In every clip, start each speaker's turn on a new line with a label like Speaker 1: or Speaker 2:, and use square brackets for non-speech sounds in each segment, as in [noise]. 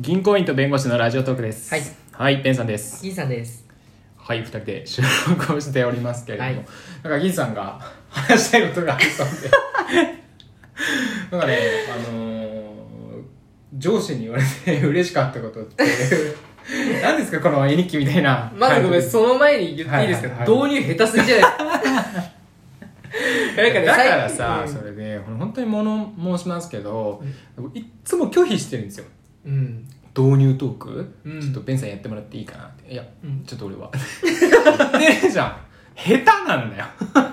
Speaker 1: 銀行員と弁護士のラジオトークです
Speaker 2: はい
Speaker 1: はいペンさんです
Speaker 2: 銀さんです。
Speaker 1: はい二人で収録をしておりますけれども、
Speaker 2: はい
Speaker 1: なんか銀さんが話したいことがあるそうで
Speaker 2: [laughs]
Speaker 1: なんかねあのー上司に言われて嬉しかったことって何ですかこの絵日記みたいな
Speaker 2: まずごめん、
Speaker 1: 感じ
Speaker 2: その前に言っていいです
Speaker 1: は
Speaker 2: か
Speaker 1: いはいは
Speaker 2: 導入下手すぎじゃ
Speaker 1: [laughs]
Speaker 2: ないです
Speaker 1: だ
Speaker 2: か
Speaker 1: からさ、
Speaker 2: 最近
Speaker 1: それで本当に物申しますけど、いっつも拒否してるんですよ
Speaker 2: うん。
Speaker 1: 導入トーク、
Speaker 2: うん
Speaker 1: ちょっとベンさんやってもらっていいかなっていや、
Speaker 2: うん
Speaker 1: ちょっと俺は言ってるじゃん下手なんだよ下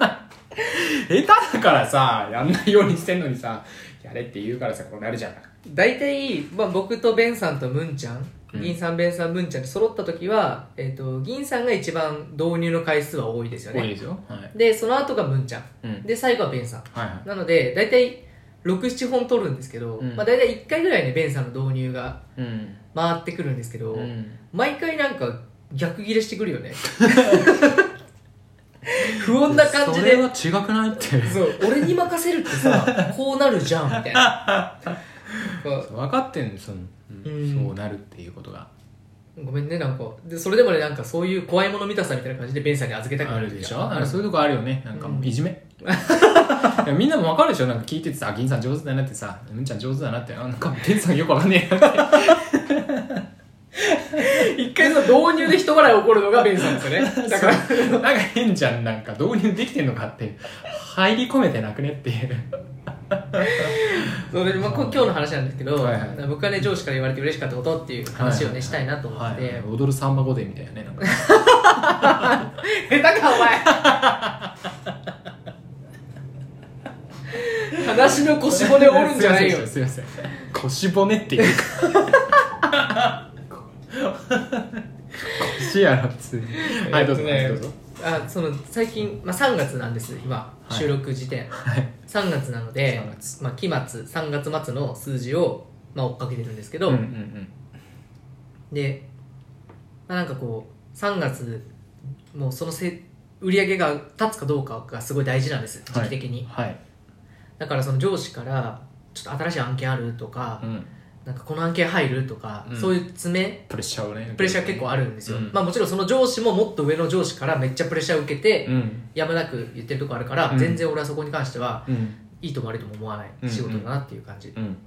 Speaker 1: 手だからさやんないようにしてんのにさやれって言うからさこうなるじゃん
Speaker 2: 大体、まあ、僕とベンさんとムンちゃん、
Speaker 1: うん
Speaker 2: 銀さん、ベンさん、ムンちゃんで揃った時は、えっ、と、銀さんが一番導入の回数は多いですよ
Speaker 1: 多いで
Speaker 2: ね。
Speaker 1: すよはい、
Speaker 2: で、その後がムンちゃん。
Speaker 1: うん、はい
Speaker 2: で、最後はベンさん。
Speaker 1: はい
Speaker 2: なので、大体、6、7本取るんですけど、
Speaker 1: うん
Speaker 2: まあ、大体1回ぐらいね、ベンさんの導入が
Speaker 1: うん、
Speaker 2: 回ってくるんですけど、
Speaker 1: うん、
Speaker 2: 毎回なんか逆ギレしてくるよね不穏な感じで
Speaker 1: それは違くないって
Speaker 2: そう俺に任せるってさこうなるじゃんみたいななんか
Speaker 1: 分かってんのその、う
Speaker 2: うん
Speaker 1: そうなるっていうことが
Speaker 2: ごめんねなんかでそれでもねなんかそういう怖いもの見たさみたいな感じでベンさんに預けたく
Speaker 1: あ
Speaker 2: な
Speaker 1: る
Speaker 2: る
Speaker 1: でし
Speaker 2: う
Speaker 1: ょ
Speaker 2: ん
Speaker 1: あれそういうとこあるよねなんかもううんいじめ、いやみんなもわかるでしょなんか聞いててさ銀さん上手だなってさむんちゃん上手だなってあなんかベンさんよくわかんねえなって
Speaker 2: 一回その導入で人笑い起こるのがベンさんです
Speaker 1: [laughs]
Speaker 2: よねだから
Speaker 1: なんか変じゃんなんか導入できてんのかって入り込めてなくねっていう
Speaker 2: それで、まあ、こ今日の話なんですけど、
Speaker 1: はいはい
Speaker 2: 僕はね上司から言われて嬉しかったことっていう話をね、したいなと思って、
Speaker 1: はい踊るサンバ御殿みたいなねなんか
Speaker 2: 下手かお前話の腰骨折るんじゃないよ
Speaker 1: すいませんすいません腰骨っていうか腰やろ普通にはいどうぞ、
Speaker 2: えっと
Speaker 1: ど
Speaker 2: ね
Speaker 1: うぞ
Speaker 2: あその最近、まあ、3月なんです今、
Speaker 1: はい
Speaker 2: 収録時点
Speaker 1: はい
Speaker 2: 3月なので
Speaker 1: 3月
Speaker 2: まあ、期末3月末の数字を、まあ、追っかけてるんですけど、
Speaker 1: うんうんうん
Speaker 2: で、まあ、なんかこう3月もうそのせ売り上げが立つかどうかがすごい大事なんです時期的に、
Speaker 1: はい、
Speaker 2: だからその上司からちょっと新しい案件あるとか、
Speaker 1: うん、
Speaker 2: なんかこの案件入るとか、
Speaker 1: うん
Speaker 2: そういう詰め
Speaker 1: プレッシャーをね
Speaker 2: プレッシャー結構あるんですよ、
Speaker 1: うん
Speaker 2: まあもちろんその上司ももっと上の上司からめっちゃプレッシャー受けて、
Speaker 1: うん
Speaker 2: やむなく言ってるとこあるから、
Speaker 1: うん
Speaker 2: 全然俺はそこに関しては
Speaker 1: うん
Speaker 2: いいとも悪いとも思わな
Speaker 1: うん
Speaker 2: い仕事だなっていう感じ、
Speaker 1: うん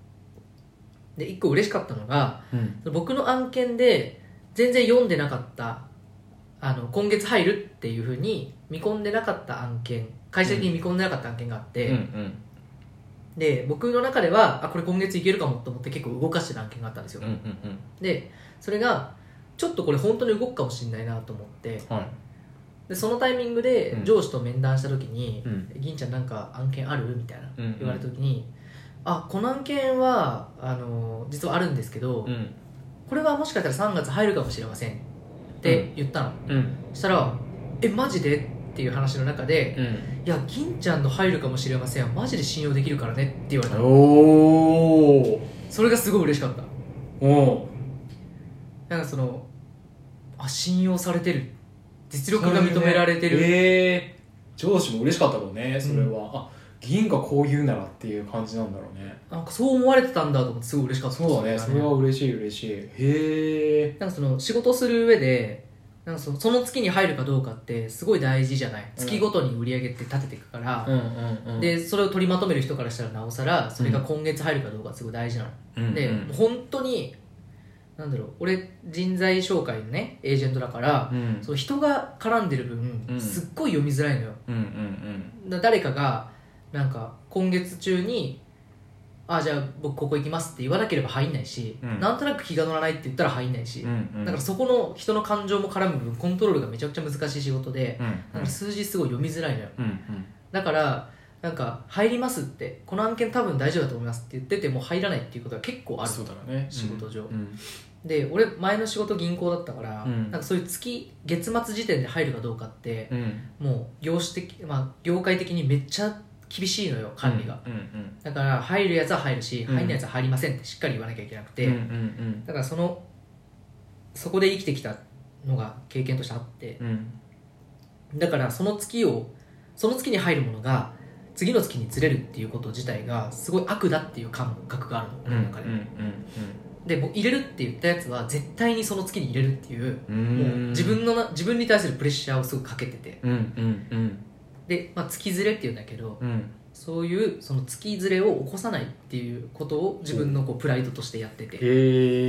Speaker 2: で一個嬉しかったのが
Speaker 1: うん
Speaker 2: 僕の案件で全然読んでなかったあの今月入るっていうふうに見込んでなかった案件会社的に見込んでなかった案件があっ
Speaker 1: う
Speaker 2: て、
Speaker 1: ん
Speaker 2: で僕の中ではあこれ今月いけるかもと思って結構動かしてた案件があったんですよ、
Speaker 1: うんうん
Speaker 2: でそれがちょっとこれ本当に動くかもしれないなと思って
Speaker 1: はい
Speaker 2: でそのタイミングで
Speaker 1: うん
Speaker 2: 上司と面談した時に
Speaker 1: うん
Speaker 2: 「銀ちゃんなんか案件ある?」みたいな
Speaker 1: うん
Speaker 2: 言われた時に「あこの案件はあの実はあるんですけど
Speaker 1: うん
Speaker 2: これはもしかしたら3月入るかもしれません」って言ったの
Speaker 1: うん
Speaker 2: したら「えマジで?」っていう話の中で
Speaker 1: うん
Speaker 2: 「いや銀ちゃんの入るかもしれませんはマジで信用できるからね」って言われたの
Speaker 1: おー
Speaker 2: それがすごい嬉しかった
Speaker 1: お
Speaker 2: なんかそのあ信用されてる実力が認められてる、
Speaker 1: ええ上司も嬉しかったろうねそれはあ銀がこう言うならっていう感じなんだろうね
Speaker 2: なんかそう思われてたんだと思ってすごい嬉しかった
Speaker 1: そうだねそれは嬉しい嬉しいへえ
Speaker 2: なんかその仕事をする上でなんかそのその月に入るかどうかってすごい大事じゃない月ごとに売り上げって立てていくから、
Speaker 1: んうんう
Speaker 2: でそれを取りまとめる人からしたらなおさらそれが今月入るかどうかがすごい大事なの、でもう本当になんだろう俺人材紹介のねエージェントだから、
Speaker 1: うん
Speaker 2: そう人が絡んでる分、
Speaker 1: うん
Speaker 2: すっごい読みづらいのよ
Speaker 1: うんうん
Speaker 2: だ誰かがなんか今月中に「あじゃあ僕ここ行きます」って言わなければ入んないし、
Speaker 1: うん
Speaker 2: なんとなく気が乗らないって言ったら入んないし、
Speaker 1: うんうん
Speaker 2: だからそこの人の感情も絡む部分コントロールがめちゃくちゃ難しい仕事で、
Speaker 1: うん
Speaker 2: だから数字すごい読みづらいのよ
Speaker 1: うんうん
Speaker 2: だからなんか「入ります」って「この案件多分大丈夫だと思います」って言ってても入らないっていうことが結構ある
Speaker 1: そうだろうね
Speaker 2: 仕事上
Speaker 1: うん
Speaker 2: で俺前の仕事銀行だったから、
Speaker 1: うん
Speaker 2: なんかそういう月月末時点で入るかどうかって
Speaker 1: うん
Speaker 2: もう業種的、まあ、業界的にめっちゃ厳しいのよ管理が、
Speaker 1: うんうん
Speaker 2: だから入るやつは入るし
Speaker 1: うん
Speaker 2: 入んないやつは入りませんってしっかり言わなきゃいけなくて、
Speaker 1: うんうん
Speaker 2: だからそのそこで生きてきたのが経験としてあって
Speaker 1: うんうん
Speaker 2: だからその月をその月に入るものが次の月にずれるっていうこと自体がすごい悪だっていう感覚があるの
Speaker 1: うん
Speaker 2: 俺の中で、
Speaker 1: うんうん
Speaker 2: で僕入れるって言ったやつは絶対にその月に入れるっていう
Speaker 1: う
Speaker 2: もうん自分のな自分に対するプレッシャーをすごくかけてて
Speaker 1: うんうん
Speaker 2: で、まあ、月ずれっていうんだけど
Speaker 1: うんうん
Speaker 2: そういうその月ずれを起こさないっていうことを自分のこうプライドとしてやってて
Speaker 1: へ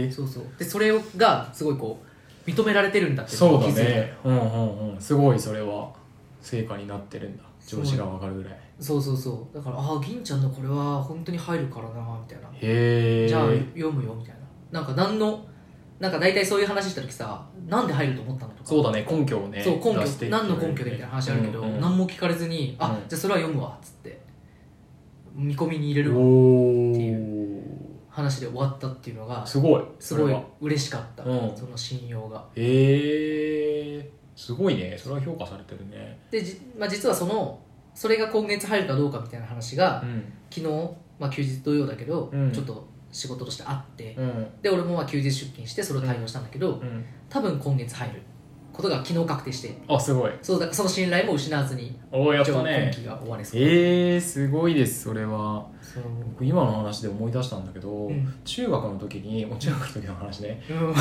Speaker 1: え
Speaker 2: そうそうでそれをがすごいこう認められてるんだって
Speaker 1: そうだ
Speaker 2: 気づいた
Speaker 1: ねうんうんうんすごいそれは成果になってるんだ上司がわかるぐらい
Speaker 2: そうそうそうだからああ銀ちゃんのこれは本当に入るからなみたいな
Speaker 1: へえ
Speaker 2: じゃあ読むよみたいななんか何のなんか大体そういう話した時さなんで入ると思ったのとか
Speaker 1: そうだね根拠をね
Speaker 2: そう根
Speaker 1: 出してい
Speaker 2: 拠
Speaker 1: く
Speaker 2: 何の根拠でみたいな話あるけど、
Speaker 1: うんうん
Speaker 2: 何も聞かれずに「あ、
Speaker 1: うん
Speaker 2: じゃあそれは読むわ」っつって見込みに入れるわ
Speaker 1: お
Speaker 2: って
Speaker 1: ー
Speaker 2: 話で終わったっていうのが
Speaker 1: すごい
Speaker 2: すご
Speaker 1: それ
Speaker 2: い
Speaker 1: は
Speaker 2: 嬉しかった、
Speaker 1: うん
Speaker 2: その信用が
Speaker 1: へえすごいねそれは評価されてるね
Speaker 2: でじ、まあ、実はそのそれが今月入るかどうかみたいな話が、
Speaker 1: うん
Speaker 2: 昨日、まあ、休日同様だけど、
Speaker 1: うん
Speaker 2: ちょっと仕事としてあって、
Speaker 1: うん
Speaker 2: で俺もまあ休日出勤してそれを対応したんだけど、
Speaker 1: うん
Speaker 2: 多分今月入ることが昨日確定して
Speaker 1: あすごい
Speaker 2: そうだからその信頼も失わずに
Speaker 1: おおやった
Speaker 2: 今日
Speaker 1: ね
Speaker 2: 今期が終われそう
Speaker 1: えー、すごいですそれは
Speaker 2: そう
Speaker 1: 僕今の話で思い出したんだけど、
Speaker 2: ん
Speaker 1: 中学の時にもう中学の時の話ね
Speaker 2: うん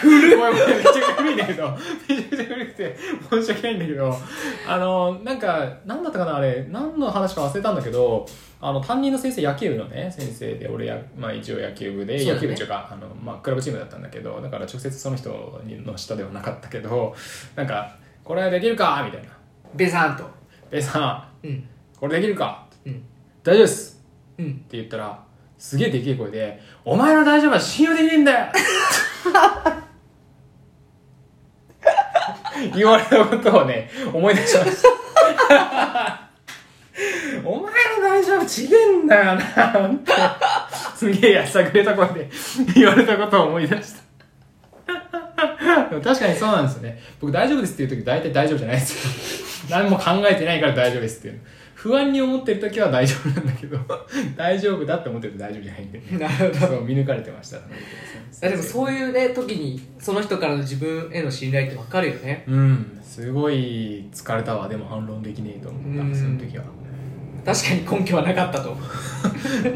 Speaker 1: 古いごめんごめんめっちゃ古いんだけどめちゃくちゃ古くて申し訳ないんだけどあのなんか何だったかなあれ何の話か忘れたんだけどあの担任の先生野球部のね先生で俺や、まあ、一応野球部で、
Speaker 2: そうだ
Speaker 1: 野
Speaker 2: ね
Speaker 1: 球部っていうかあの、まあ、クラブチームだったんだけどだから直接その人の下ではなかったけどなんか「これできるか?」みたいな
Speaker 2: ベザーンと
Speaker 1: 「ベイさ
Speaker 2: うん
Speaker 1: んこれできるか?
Speaker 2: うん」
Speaker 1: 大丈夫です」
Speaker 2: うん
Speaker 1: って言ったらすげえでけえ声で「お前の大丈夫は信用できねえんだよ! 」 [laughs] 言われたことをね思い出しました [laughs] お前の大丈夫ちげえんだよなってすげえやさぐれた声で [laughs] 言われたことを思い出したでも [laughs] 確かにそうなんですよね僕大丈夫ですっていう時大体大丈夫じゃないですよ [laughs] 何も考えてないから大丈夫ですっていう不安に思ってる時は大丈夫なんだけど [laughs] 大丈夫だって思ってると大丈夫じゃないんで [laughs] ね
Speaker 2: なる
Speaker 1: そう見抜かれてました
Speaker 2: でもそう
Speaker 1: う
Speaker 2: いうね時にその人からの自分への信頼って分かるよね
Speaker 1: うんすごい疲れたわでも反論できねえと思
Speaker 2: う
Speaker 1: っ
Speaker 2: ん
Speaker 1: たその時は
Speaker 2: 確かに根拠はなかったと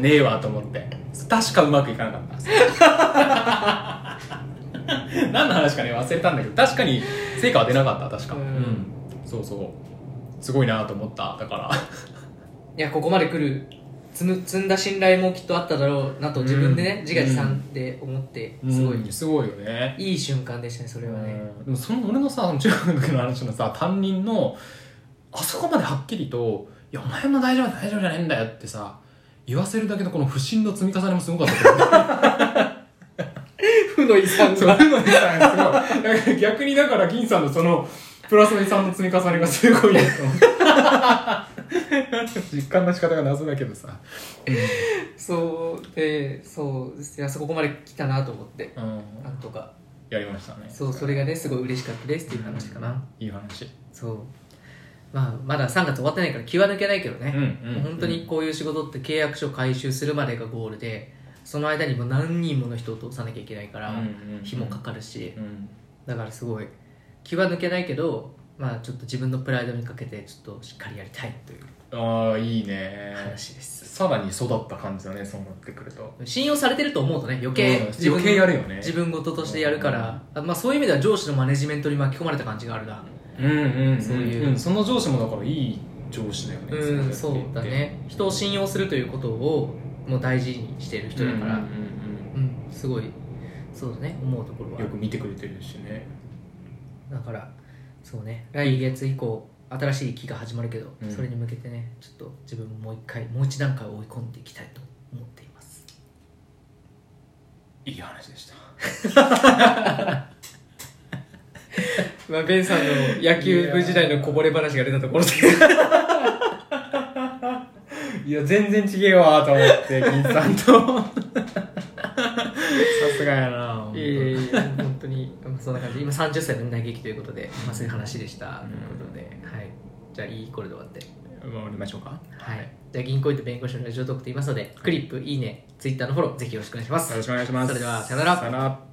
Speaker 1: ねえわと思って確かうまくいかなかった
Speaker 2: [laughs]
Speaker 1: 何の話かね忘れたんだけど確かに成果は出なかった確か
Speaker 2: う
Speaker 1: うんん、そうそうすごいなと思っただから
Speaker 2: いやここまで来る積む積んだ信頼もきっとあっただろうなと自分でね、
Speaker 1: うん
Speaker 2: 自画自賛って思って [laughs] すごい、
Speaker 1: うんすごいよね
Speaker 2: いい瞬間でしたねそれはね、
Speaker 1: うんでもその俺のさその中学の時の話のさ担任のあそこまではっきりと「いやお前の大丈夫大丈夫じゃないんだよ」ってさ言わせるだけのこの不信の積み重ねもすごかったと思う
Speaker 2: 負の遺産
Speaker 1: そういうのねさすごいだから逆にだから銀さんのそのプラスの遺産の積み重ねがすごいなと思う実感の仕方が謎だけどさ、
Speaker 2: そうでそうですねあそこまで来たなと思ってなんとか
Speaker 1: やりましたね
Speaker 2: そうそれがねすごい嬉しかったですっていう話かな、
Speaker 1: いい話
Speaker 2: そうまあまだ3月終わってないから気は抜けないけどね、
Speaker 1: ん
Speaker 2: 本当にこういう仕事って契約書回収するまでがゴールでその間にも何人もの人を通さなきゃいけないから、日もかかるし、
Speaker 1: る、うん
Speaker 2: だからすごい気は抜けないけどまあちょっと自分のプライドにかけてちょっとしっかりやりたいという
Speaker 1: ああいいね
Speaker 2: 話です、
Speaker 1: さらに育った感じだねそうなってくると
Speaker 2: 信用されてると思うとね余計
Speaker 1: うん
Speaker 2: 自分
Speaker 1: 余計やるよね
Speaker 2: 自分事としてやるから、あまあ、そういう意味では上司のマネジメントに巻き込まれた感じがあるな
Speaker 1: うんうん、うん、
Speaker 2: そういう
Speaker 1: うんその上司もだからいい上司だよね
Speaker 2: うんそうだね人を信用するということをもう大事にしている人
Speaker 1: 人
Speaker 2: だ
Speaker 1: だ
Speaker 2: か
Speaker 1: からら、
Speaker 2: うん、すごいそうだね思うところはあ
Speaker 1: よ
Speaker 2: る
Speaker 1: く見てくれてるしね
Speaker 2: だからそうね来月以降新しい期が始まるけど、
Speaker 1: うん
Speaker 2: それに向けてねちょっと自分ももう一回もう一段階追い込んでいきたいと思っています
Speaker 1: いい話でした
Speaker 2: まあベンさんの野
Speaker 1: 球部時代のこぼ
Speaker 2: れ話が出たところで
Speaker 1: いや全然ちげえわと思
Speaker 2: [laughs]
Speaker 1: って銀さんとさすがやない
Speaker 2: やいやいや本当にまあそんな感じ今30歳の嘆きということで、まあ、そういう話でした、
Speaker 1: うん
Speaker 2: ということで、はい、じゃあいいこれで終わって
Speaker 1: 終わりましょうかよ
Speaker 2: はい、じゃあ銀行員と弁護士のラジオトークと言いますのでクリップいいねツイッターのフォローぜひよろしくお願いします
Speaker 1: ろしくお願いします
Speaker 2: それではさよなら
Speaker 1: さよなら